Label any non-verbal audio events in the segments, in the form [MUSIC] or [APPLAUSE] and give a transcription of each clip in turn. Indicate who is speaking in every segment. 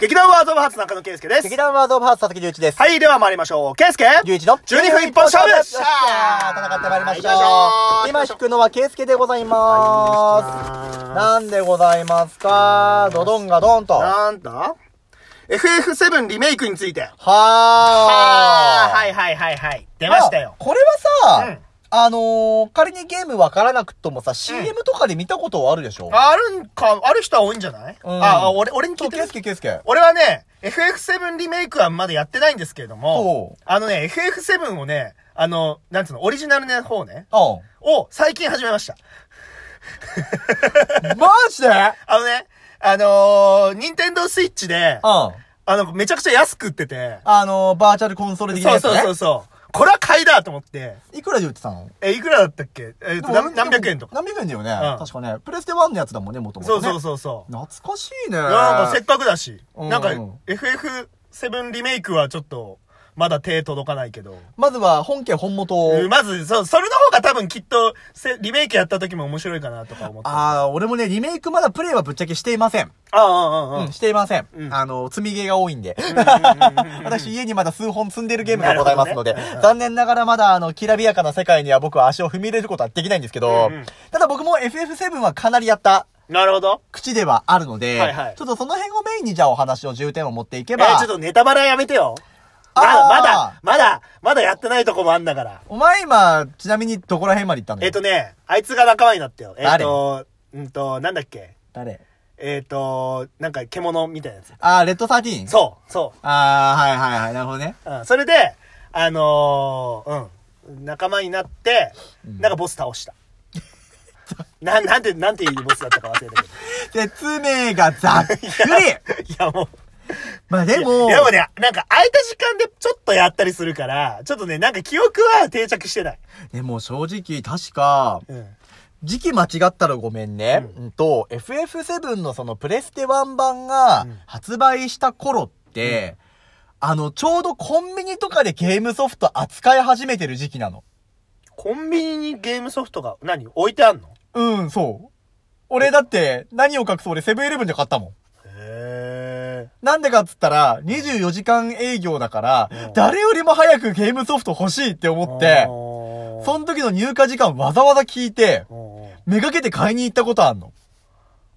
Speaker 1: 劇団ワードオブハーツ中野圭介です
Speaker 2: 劇。団ワードオブハーツ佐々木隆一です。い。
Speaker 1: はい、では参りましょう。圭介
Speaker 2: 隆一の
Speaker 1: 12分一本勝負
Speaker 2: よっしゃー戦ってまいりましょう。
Speaker 1: はい行きま
Speaker 2: 今
Speaker 1: しょう
Speaker 2: 弾くのは圭介でございます。なんでございますかドドンがドンと。は
Speaker 1: なんだ ?FF7 リメイクについて。
Speaker 2: ー。は
Speaker 1: はいはいはいはい。出ましたよ。
Speaker 2: これは
Speaker 1: う
Speaker 2: さ
Speaker 1: ん、
Speaker 2: あのー、仮にゲームわからなくともさ、CM とかで見たことはあるでしょ
Speaker 1: あるんか、ある人は多いんじゃない
Speaker 2: うん
Speaker 1: あ、あ俺、俺に聞
Speaker 2: そう、
Speaker 1: いて
Speaker 2: 圭
Speaker 1: る
Speaker 2: 介圭
Speaker 1: [LAUGHS]
Speaker 2: 介。
Speaker 1: 俺はね、FF7 リメイクはまだやってないんですけれども
Speaker 2: ほう、
Speaker 1: あのね、FF7 をね、あの、なんつうの、オリジナルの方ね、
Speaker 2: うん。
Speaker 1: を最近始めました。
Speaker 2: マジで
Speaker 1: あのね、あのー、ニンテンドースイッチで、
Speaker 2: うん。
Speaker 1: あの、めちゃくちゃ安く売ってて、
Speaker 2: あのー、バーチャルコンソール的な
Speaker 1: そ
Speaker 2: や
Speaker 1: う
Speaker 2: つね。
Speaker 1: そうそうそう。これは買いだと思って、
Speaker 2: いくらで売ってたの
Speaker 1: え、いくらだったっけえっと、何何百円とか。
Speaker 2: 何百円だよね、
Speaker 1: うん
Speaker 2: 確かね。プレステ1のやつだもんね、もとも
Speaker 1: そ
Speaker 2: と、
Speaker 1: う
Speaker 2: ね。
Speaker 1: そうそうそう。
Speaker 2: 懐かしいね。
Speaker 1: いやなんかせっかくだし、
Speaker 2: うん
Speaker 1: なんか FF7 リメイクはちょっと、まだ手届かないけど。
Speaker 2: まずは本家本元を。
Speaker 1: うんまず、そう、それの方が多分きっと、せリメイクやった時も面白いかなとか思って。あ
Speaker 2: ああ、俺もね、リメイクまだプレイはぶっちゃけしていません。
Speaker 1: あ、ああ、あ
Speaker 2: うん、していません。
Speaker 1: うん
Speaker 2: あの、積みゲーが多いんで。 [LAUGHS] 私、家にまだ数本積んでるゲームがございますので、
Speaker 1: なるほどね
Speaker 2: 残念ながらまだ、あの、きらびやかな世界には僕は足を踏み入れることはできないんですけど、
Speaker 1: うんうん
Speaker 2: ただ僕も FF7 はかなりやった
Speaker 1: あ。なるほど。
Speaker 2: 口ではあるので、
Speaker 1: はいはい
Speaker 2: ちょっとその辺をメインにじゃあお話の重点を持っていけ
Speaker 1: え
Speaker 2: ば、
Speaker 1: ー、ちょっとネタバレやめてよ。ま
Speaker 2: あ
Speaker 1: だ、
Speaker 2: ー
Speaker 1: まだ、まだ、まだやってないとこもあんだから。
Speaker 2: お前今、ちなみにどこら辺まで行ったの
Speaker 1: えっ、とね、あいつが仲間になったよ。えっ、
Speaker 2: 誰
Speaker 1: と、うんと、なんだっけ。
Speaker 2: 誰
Speaker 1: えっ、と、なんか獣みたいなやつ。
Speaker 2: あー、レッドサーティーン
Speaker 1: そう、そ
Speaker 2: あー、はいはいはい、なるほどね。
Speaker 1: う。うん。それで、あのーうん。仲間になって、なんかボス倒した。 [LAUGHS] な、なんて、なんていうボスだったか忘れたけ
Speaker 2: 説明がざっく
Speaker 1: ど。
Speaker 2: り [LAUGHS]
Speaker 1: いや、もう。
Speaker 2: まあでも、
Speaker 1: いやでもね、なんか空いた時間でちょっとやったりするから、ちょっとね、なんか記憶は定着してない。
Speaker 2: でも正直確か、
Speaker 1: うん。
Speaker 2: 時期間違ったらごめんね。うんと、FF7 のそのプレステ1版が
Speaker 1: うん
Speaker 2: 発売した頃って、あの、ちょうどコンビニとかでゲームソフト扱い始めてる時期なの。
Speaker 1: コンビニにゲームソフトが何置いてあんの
Speaker 2: うん、そう。俺だって、何を隠そう俺セブンイレブンで買ったもん。
Speaker 1: へ
Speaker 2: なんでかっつったら、24時間営業だから、
Speaker 1: うん
Speaker 2: 誰よりも早くゲームソフト欲しいって思って、そ
Speaker 1: そ
Speaker 2: の時の入荷時間わざわざ聞いて、
Speaker 1: ん
Speaker 2: めがけて買いに行ったことあんの。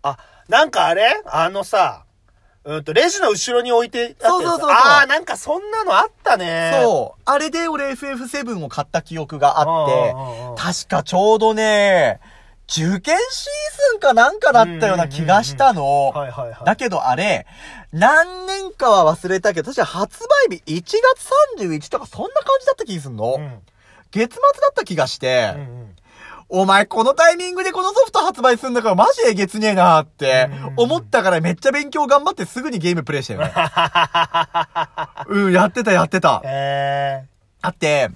Speaker 1: あ、なんかあれあのさ、うんと、レジの後ろに置いてあったやつ
Speaker 2: そうそうそうそう
Speaker 1: あー、なんかそんなのあったね。
Speaker 2: そう。あれで俺 FF7 を買った記憶があって
Speaker 1: うんうんうんうん、
Speaker 2: 確かちょうどね、受験シーズンかなんかだったような気がしたの。
Speaker 1: はいはいはい。
Speaker 2: だけどあれ、何年かは忘れたけど、確か発売日1月31とかそんな感じだった気がすんの、
Speaker 1: うん
Speaker 2: 月末だった気がして、
Speaker 1: うんうん
Speaker 2: お前このタイミングでこのソフト発売するんだからマジえげつねえなーって
Speaker 1: うん
Speaker 2: 思ったからめっちゃ勉強頑張ってすぐにゲームプレイした
Speaker 1: [LAUGHS]
Speaker 2: よね。うん、やってたやってた。
Speaker 1: へ
Speaker 2: あって、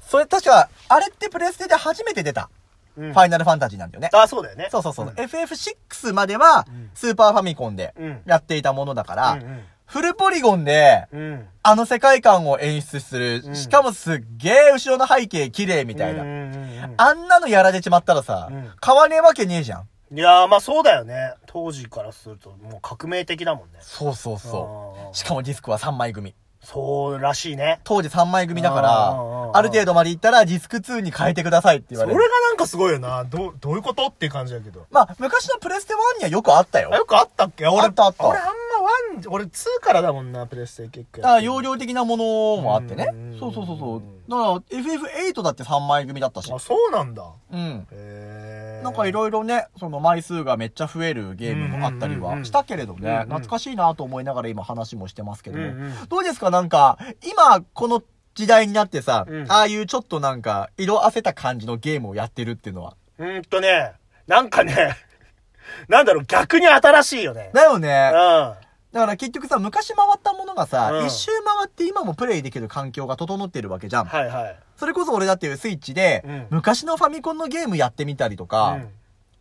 Speaker 2: それ確か、あれってプレステで初めて出た、
Speaker 1: ーうん
Speaker 2: ファイナルファンタジーなんだよね。
Speaker 1: あ、そうだよね。
Speaker 2: そうそうそう。
Speaker 1: ん
Speaker 2: FF6 までは
Speaker 1: うん
Speaker 2: スーパーファミコンで
Speaker 1: うん
Speaker 2: やっていたものだから、
Speaker 1: うん
Speaker 2: フルポリゴンで
Speaker 1: うん。うん。
Speaker 2: あの世界観を演出する、
Speaker 1: うん
Speaker 2: しかもすっげえ後ろの背景綺麗みたいな。
Speaker 1: うんうんうんうん
Speaker 2: あんなのやられちまったらさ、
Speaker 1: うん
Speaker 2: 買わねえわけねえじゃん。
Speaker 1: いやー、まあそうだよね。当時からすると、もう革命的だもんね。
Speaker 2: そうそうそ
Speaker 1: あー
Speaker 2: う。しかもディスクは3枚組。
Speaker 1: そうらしいね。
Speaker 2: 当時3枚組だか
Speaker 1: あーあーあ
Speaker 2: ら、
Speaker 1: ー
Speaker 2: ある程度までいったらディスク2に変えてくださいって言
Speaker 1: そ
Speaker 2: わ
Speaker 1: れ
Speaker 2: れ
Speaker 1: が
Speaker 2: る。
Speaker 1: なんかすごいよな。どう、どういうことっていう感じだけど。
Speaker 2: まあ、昔のプレステ1にはよくあったよ
Speaker 1: あ。よくあったっけ俺、
Speaker 2: あったあった
Speaker 1: 俺あんまワン、俺ツーからだもんな、プレステ結局。
Speaker 2: あ容量的なものもあってね
Speaker 1: うん。
Speaker 2: そうそうそうそう。だから、FF8 だって3枚組だったし
Speaker 1: あ、。そうなんだ。
Speaker 2: うん。
Speaker 1: へー
Speaker 2: なんかいろいろね、その枚数がめっちゃ増えるゲームもあったり
Speaker 1: うんうんうんう
Speaker 2: は
Speaker 1: ん
Speaker 2: したけれど
Speaker 1: うんうん
Speaker 2: ね、懐かしいなと思いながら今話もしてますけど
Speaker 1: うんうん
Speaker 2: どうですかなんか、今、この時代になってさ
Speaker 1: うん、
Speaker 2: ああいうちょっとなんか、色あせた感じのゲームをやってるっていうのは。
Speaker 1: うーんとね、なんかね、 [LAUGHS] なんだろう、逆に新しいよね。
Speaker 2: だよ
Speaker 1: う
Speaker 2: ね
Speaker 1: ん。。あ
Speaker 2: だから結局さ、昔回ったものがさ、
Speaker 1: うん
Speaker 2: 一周回って今もプレイできる環境が整ってるわけじゃん。
Speaker 1: はいはい。
Speaker 2: それこそ俺だってスイッチで、
Speaker 1: うん
Speaker 2: 昔のファミコンのゲームやってみたりとか、
Speaker 1: うん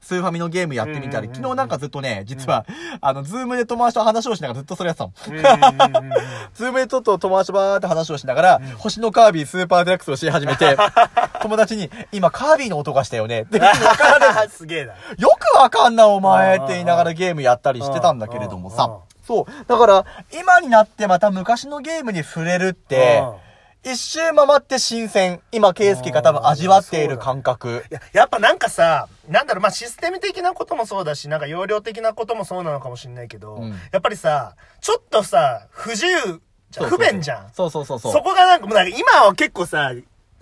Speaker 2: スーファミのゲームやって
Speaker 1: う
Speaker 2: みたり、
Speaker 1: んうんうんうん
Speaker 2: 昨日なんかずっとね、実は、あの、ズームで友達と話をしながらずっとそれやってたもん。
Speaker 1: うんうん [LAUGHS] うんうん
Speaker 2: ズームでちょっと友達とバーって話をしながら、星のカービィスーパーデラックスをし始め
Speaker 1: [LAUGHS]
Speaker 2: て、友達に、今カービィの音がしたよねって、よ
Speaker 1: うんすげえな。
Speaker 2: くわかんなお前って言いながらゲームやったりしてたんだけれども
Speaker 1: うんうん
Speaker 2: さ
Speaker 1: うん、
Speaker 2: そう。だから、今になってまた昔のゲームに触れるって、一周回って新鮮。今、ケイスケが多分味わっている感覚。
Speaker 1: いややっぱなんかさ、なんだろう、まあ、システム的なこともそうだし、なんか容量的なこともそうなのかもしれないけど、
Speaker 2: うん
Speaker 1: やっぱりさ、ちょっとさ、不自由じゃん、
Speaker 2: そうそうそう
Speaker 1: 不便じゃん。
Speaker 2: そうそうそうそう。
Speaker 1: そこがなんか、もうなんか今は結構さ、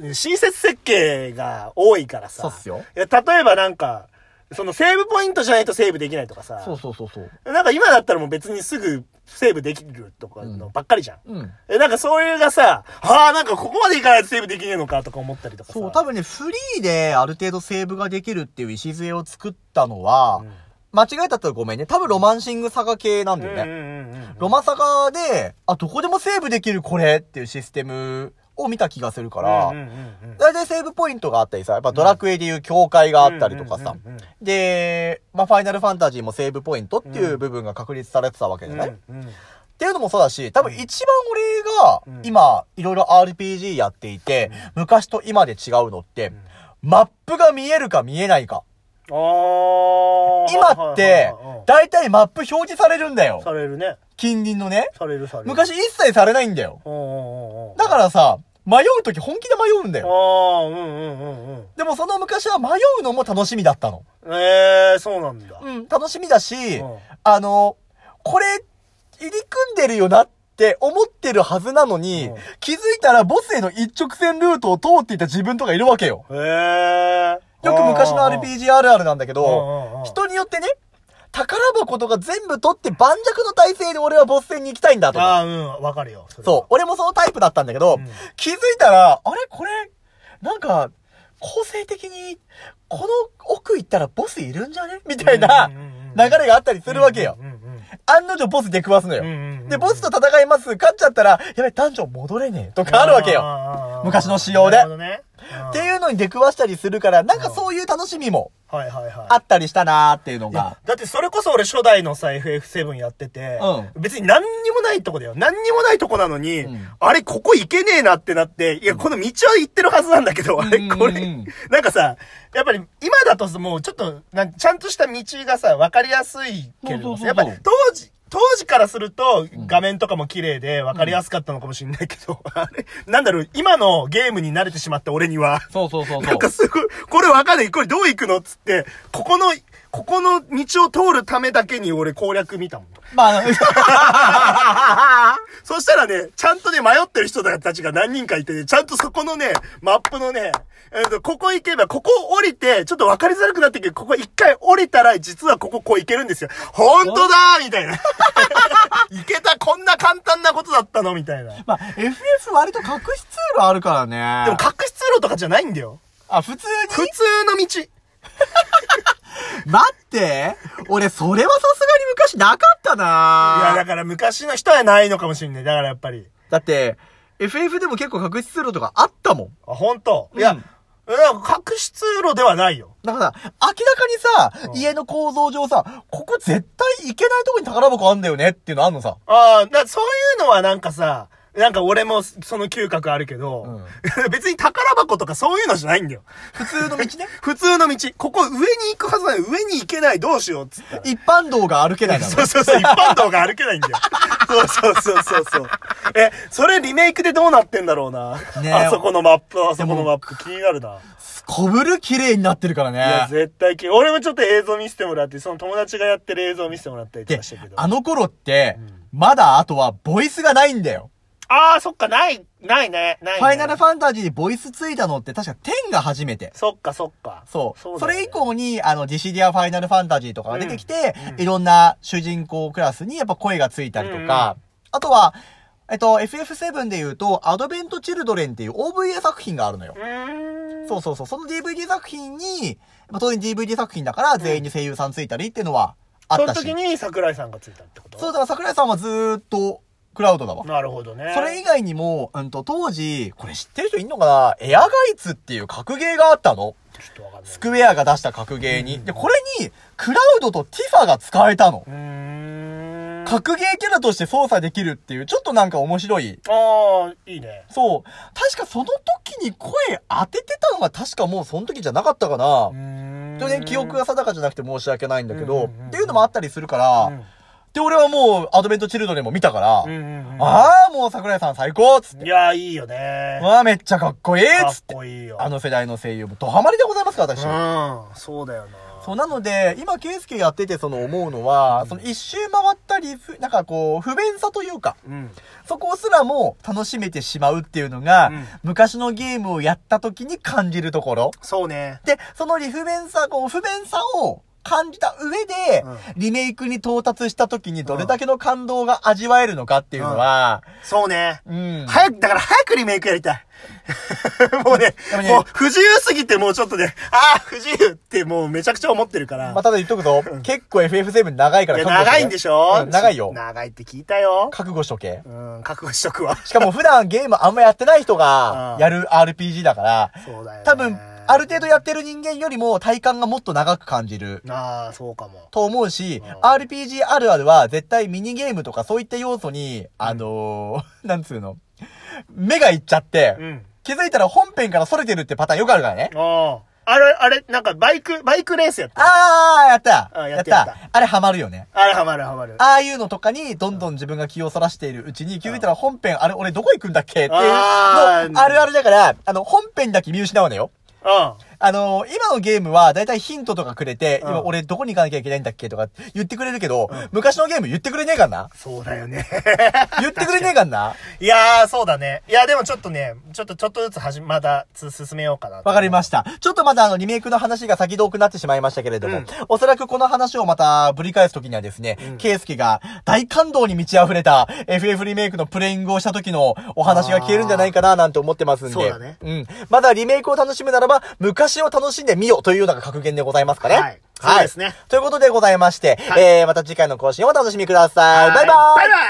Speaker 1: 親切設計が多いからさ。
Speaker 2: そうっすよ
Speaker 1: いや例えばなんか、そのセーブポイントじゃないとセーブできないとかさ。
Speaker 2: そうそうそうそう。
Speaker 1: なんか今だったらもう別にすぐセーブできるとかのばっかりじゃん。
Speaker 2: うん。
Speaker 1: え、なんかそういうのがさ、ああ、なんかここまでいかないとセーブできねえのかとか思ったりとかさ。
Speaker 2: そう、多分ね、フリーである程度セーブができるっていう礎を作ったのは、
Speaker 1: うん
Speaker 2: 間違えたったらごめんね。多分ロマンシングサガ系なんだよね。
Speaker 1: うんうんうんうん
Speaker 2: ロマサガで、あ、どこでもセーブできるこれっていうシステムを見た気がするから、
Speaker 1: うんうんうんうん
Speaker 2: 大体セーブポイントがあったりさ、やっぱドラクエでいう境界があったりとかさ
Speaker 1: うんうんうんうん、
Speaker 2: で、まあファイナルファンタジーもセーブポイントっていう部分が確立されてたわけじゃない、っ
Speaker 1: うんうん
Speaker 2: ていうのもそうだし、多分一番
Speaker 1: う
Speaker 2: 俺
Speaker 1: ん
Speaker 2: が今いろいろ RPG やっていて、昔と今で違うのって、マップが見えるか見えないか。
Speaker 1: あー
Speaker 2: 今
Speaker 1: はいはいは
Speaker 2: って
Speaker 1: いはい、
Speaker 2: 大体マップ表示されるんだよ
Speaker 1: さ。れるね。
Speaker 2: 近隣のね。
Speaker 1: されるされる。
Speaker 2: 昔一切されないんだよ。
Speaker 1: うんうんうんうん。
Speaker 2: だからさ、迷うとき本気で迷うんだ
Speaker 1: あ
Speaker 2: よ。
Speaker 1: あ、うんうんうんうん。
Speaker 2: でもその昔は迷うのも楽しみだったの。
Speaker 1: ええー、そうなんだ。
Speaker 2: うん、楽しみだし、
Speaker 1: うん
Speaker 2: あの、これ、入り組んでるよなって思ってるはずなのに、
Speaker 1: うん
Speaker 2: 気づいたらボスへの一直線ルートを通っていた自分とかいるわけよ。
Speaker 1: へえー。
Speaker 2: よく昔の
Speaker 1: あー
Speaker 2: RPG あるあるなんだけ
Speaker 1: うんうんう
Speaker 2: ど
Speaker 1: ん、
Speaker 2: 人によってね、宝箱とか全部取って盤石の体勢で俺はボス戦に行きたいんだとか。
Speaker 1: ああ、うん、わかるよ。それ
Speaker 2: そう。俺もそのタイプだったんだけど、
Speaker 1: うん
Speaker 2: 気づいたら、あれこれ、なんか、構成的に、この奥行ったらボスいるんじゃねみたいな
Speaker 1: うんうんうんうん
Speaker 2: 流れがあったりするわけよ
Speaker 1: う。んうん
Speaker 2: 案の定ボス出くわすの
Speaker 1: うんうん
Speaker 2: よ。
Speaker 1: うん
Speaker 2: で、ボスと戦います、勝っちゃったら、やべ、ダンジョン戻れねえ、とかあるわけよ。
Speaker 1: よ
Speaker 2: 昔の仕様で
Speaker 1: なるほどね。っ
Speaker 2: って
Speaker 1: う
Speaker 2: い
Speaker 1: ん。
Speaker 2: うのに出くわしたりするから、なんかそういう楽しみも
Speaker 1: はいはいはい。
Speaker 2: あったりしたなーっていうの
Speaker 1: いや
Speaker 2: が。
Speaker 1: だってそれこそ俺初代のさ FF7 やってて、別に何にもないとこだよ何にもないとこなのに、
Speaker 2: うん
Speaker 1: あれここ行けねえなってなっていやこの道は行ってるはずなんだけど、あれ
Speaker 2: うんうんうん
Speaker 1: これなんかさやっぱり今だともうちょっとなんちゃんとした道がさ分かりやすいけれどもさ
Speaker 2: そ
Speaker 1: や
Speaker 2: う
Speaker 1: っ
Speaker 2: そう
Speaker 1: ぱり
Speaker 2: そうそう
Speaker 1: 当時当時からすると、画面とかも綺麗で分かりやすかったのかもしれないけど、あれ、なんだろう、今のゲームに慣れてしまった俺には、
Speaker 2: そうそうそう
Speaker 1: なんかすごい、これわかんない。これどう行くのっつって、ここの、ここの道を通るためだけに俺攻略見たもん。
Speaker 2: [LAUGHS] まああの、
Speaker 1: そしたらね、ちゃんとね、迷ってる人たちが何人かいてね、ちゃんとそこのね、マップのね、えっと、ここ行けば、ここ降りて、ちょっと分かりづらくなってるけど、ここ一回降りたら、実はこここう行けるんですよ。ほんとだーみたい
Speaker 2: [LAUGHS]
Speaker 1: な。行けた、こんな簡単なことだったのみたいな。
Speaker 2: [LAUGHS] まあ、FF 割と隠し通路あるからね。
Speaker 1: でも、隠し通路とかじゃないんだよ。
Speaker 2: あ、普通
Speaker 1: 普
Speaker 2: に
Speaker 1: 通の道。
Speaker 2: 待って俺、それはさすがに昔なかった
Speaker 1: いや、
Speaker 2: な
Speaker 1: だから昔の人はないのかもしんない。だからやっぱり。
Speaker 2: だって、FF でも結構隠し通路とかあったもん。
Speaker 1: あ、本当
Speaker 2: うん
Speaker 1: いや、いや隠し通路ではないよ。
Speaker 2: だから、明らかに
Speaker 1: う
Speaker 2: さ、
Speaker 1: ん
Speaker 2: 家の構造上さ、ここ絶対行けないとこに宝箱あんだよねっていうのあんのさ。
Speaker 1: ああ、だそういうのはなんかさ、なんか俺もその嗅覚あるけど、 [LAUGHS] 別に宝箱とかそういうのじゃないんだよ。
Speaker 2: 普通の道ね。
Speaker 1: 普通の道。ここ上に行くはずなのに上に行けないどうしようっつったら。
Speaker 2: 一般道が歩けないなの
Speaker 1: そうそうそう、一般道が歩けないん
Speaker 2: [LAUGHS]
Speaker 1: だよ。そうそうそうそうそう。え、それリメイクでどうなってんだろうな。
Speaker 2: ねえ
Speaker 1: あそこのマップ、あそこのマップ気になるな。
Speaker 2: こぶる綺麗になってるから
Speaker 1: いや、
Speaker 2: ね。
Speaker 1: 絶対き俺もちょっと映像見せてもらって、その友達がやってる映像見せてもらったりと
Speaker 2: で
Speaker 1: かしたけ、ど。
Speaker 2: あの頃って
Speaker 1: うん、
Speaker 2: まだあとはボイスがないんだよ。
Speaker 1: ああ、そっか、ない、ないね、ない、
Speaker 2: フ
Speaker 1: ね。
Speaker 2: ァイナルファンタジーにボイスついたのって確か10が初めて。
Speaker 1: そっか、そっか。
Speaker 2: そう。そ
Speaker 1: だよね
Speaker 2: れ以降に、あの、ディシディア・ファイナル・ファンタジーとかが出てきて、
Speaker 1: うんうん
Speaker 2: いろんな主人公クラスにやっぱ声がついたりとか、あとは、えっと、FF7 で言うと、アドベント・チルドレンっていう OVA 作品があるのよ
Speaker 1: う。ーん。
Speaker 2: そうそうそう。その DVD 作品に、まあ当然 DVD 作品だから全員に声優さんついたりっていうのはあったし。
Speaker 1: その時に桜井さんがついたってこと
Speaker 2: そうだから桜井さんはずーっとクラウドだわ。
Speaker 1: なるほどね。
Speaker 2: それ以外にも、うんと、当時、これ知ってる人いんのかなエアガイツっていう格ゲーがあったの。
Speaker 1: ちょっとわかんない。
Speaker 2: スクウェアが出した格ゲーに。で、これに、クラウドとティファが使えたの
Speaker 1: う。ーん。
Speaker 2: 格ゲーキャラとして操作できるっていう、ちょっとなんか面白い。
Speaker 1: ああ、いいね。
Speaker 2: そう。確かその時に声当ててたのが確かもうその時じゃなかったかな。
Speaker 1: ーん
Speaker 2: 当然記憶が定かじゃなくて申し訳ないんだけど、
Speaker 1: うんうんうんうん
Speaker 2: っていうのもあったりするから、
Speaker 1: うん
Speaker 2: で、俺はもう、アドベントチルドレンも見たから、
Speaker 1: うんうんうん
Speaker 2: ああ、もう桜井さん最高っつって。
Speaker 1: いやー、いいよね。
Speaker 2: わあ、めっちゃかっこいい
Speaker 1: か
Speaker 2: っ
Speaker 1: っ
Speaker 2: つって。
Speaker 1: こいいよ。
Speaker 2: あの世代の声優もドハマりでございますから、私。
Speaker 1: うん、そうだよな。
Speaker 2: そう、なので、今、圭介やってて、その思うのは、その一周回ったり、ふなんかこう、不便さというか、
Speaker 1: うん。
Speaker 2: そこすらも楽しめてしまうっていうのが、
Speaker 1: うん
Speaker 2: 昔のゲームをやった時に感じるところ。
Speaker 1: そうね。
Speaker 2: で、その理不便さ、こう、不便さを感じた上で、
Speaker 1: う
Speaker 2: リメイクに到達した時にどれだけの感動が味わえるのかっていうのは、
Speaker 1: そうね。
Speaker 2: うん。
Speaker 1: 早く、だから早くリメイクやりたい。 [LAUGHS] もうね
Speaker 2: でも、ね
Speaker 1: もう不自由すぎてもうちょっとね、ああ、不自由ってもうめちゃくちゃ思ってるから。
Speaker 2: まあ、ただ言っとくぞ、結構 FF7 長いか
Speaker 1: い
Speaker 2: ら
Speaker 1: や
Speaker 2: 覚悟しとけ
Speaker 1: 長いんでしょ、
Speaker 2: うん長いよ。
Speaker 1: 長いって聞いたよ。
Speaker 2: 覚悟しとけ。
Speaker 1: うん、覚悟しとく
Speaker 2: [LAUGHS]
Speaker 1: わ。
Speaker 2: しかも普段ゲームあんまやってない人が
Speaker 1: うん
Speaker 2: やる RPG だから、
Speaker 1: そうだよ、ね。
Speaker 2: 多分、ある程度やってる人間よりも体感がもっと長く感じる。
Speaker 1: ああ、そうかも。
Speaker 2: と思うし、
Speaker 1: うん
Speaker 2: RPG あるあるは絶対ミニゲームとかそういった要素に、あのー、 [LAUGHS] なんつうの、目がいっちゃって、
Speaker 1: うん。
Speaker 2: 気づいたら本編から逸れてるってパターンよくあるからね。
Speaker 1: ああ。あれ、あれ、なんかバイク、バイクレースやった。
Speaker 2: あー、やった
Speaker 1: うんや
Speaker 2: や
Speaker 1: っ
Speaker 2: った
Speaker 1: やった
Speaker 2: たあれハマるよね。
Speaker 1: あれ、ハマるハマる。
Speaker 2: ああいうのとかに、どんどん自分が気をそらしているうちに、気づいたら本編、あれ、俺どこ行くんだっけっていう
Speaker 1: あー
Speaker 2: の、あるあるだから、あの、本編だけ見失うのよ。
Speaker 1: う
Speaker 2: あのー今のゲームは、だいたいヒントとかくれて、
Speaker 1: うん。
Speaker 2: 今俺どこに行かなきゃいけないんだっけとか言ってくれるけど、昔のゲーム言ってくれねえかんな
Speaker 1: そうだよね。 [LAUGHS]
Speaker 2: 言ってくれねえかんな。
Speaker 1: いやー、そうだね。いや、でもちょっとね、ちょっと、ちょっとずつはじ、まだ、つ、進めようかなと。
Speaker 2: わかりました。ちょっとまだあの、リメイクの話が先遠くなってしまいましたけれども、
Speaker 1: うん
Speaker 2: おそらくこの話をまたぶり返すときにはですね、ケイスケが大感動に満ち溢れた FF リメイクのプレイングをした時のお話が消えるんじゃないかななんて思ってますんで、
Speaker 1: そうだね
Speaker 2: ん。まだリメイクを楽しむならば、昔を楽しんでみよというような格言でございますかね。
Speaker 1: はいそうですね
Speaker 2: ということでございまして、
Speaker 1: はい
Speaker 2: えー、また次回の更新をお楽しみください。
Speaker 1: はい。
Speaker 2: バイバーイ
Speaker 1: バイバイ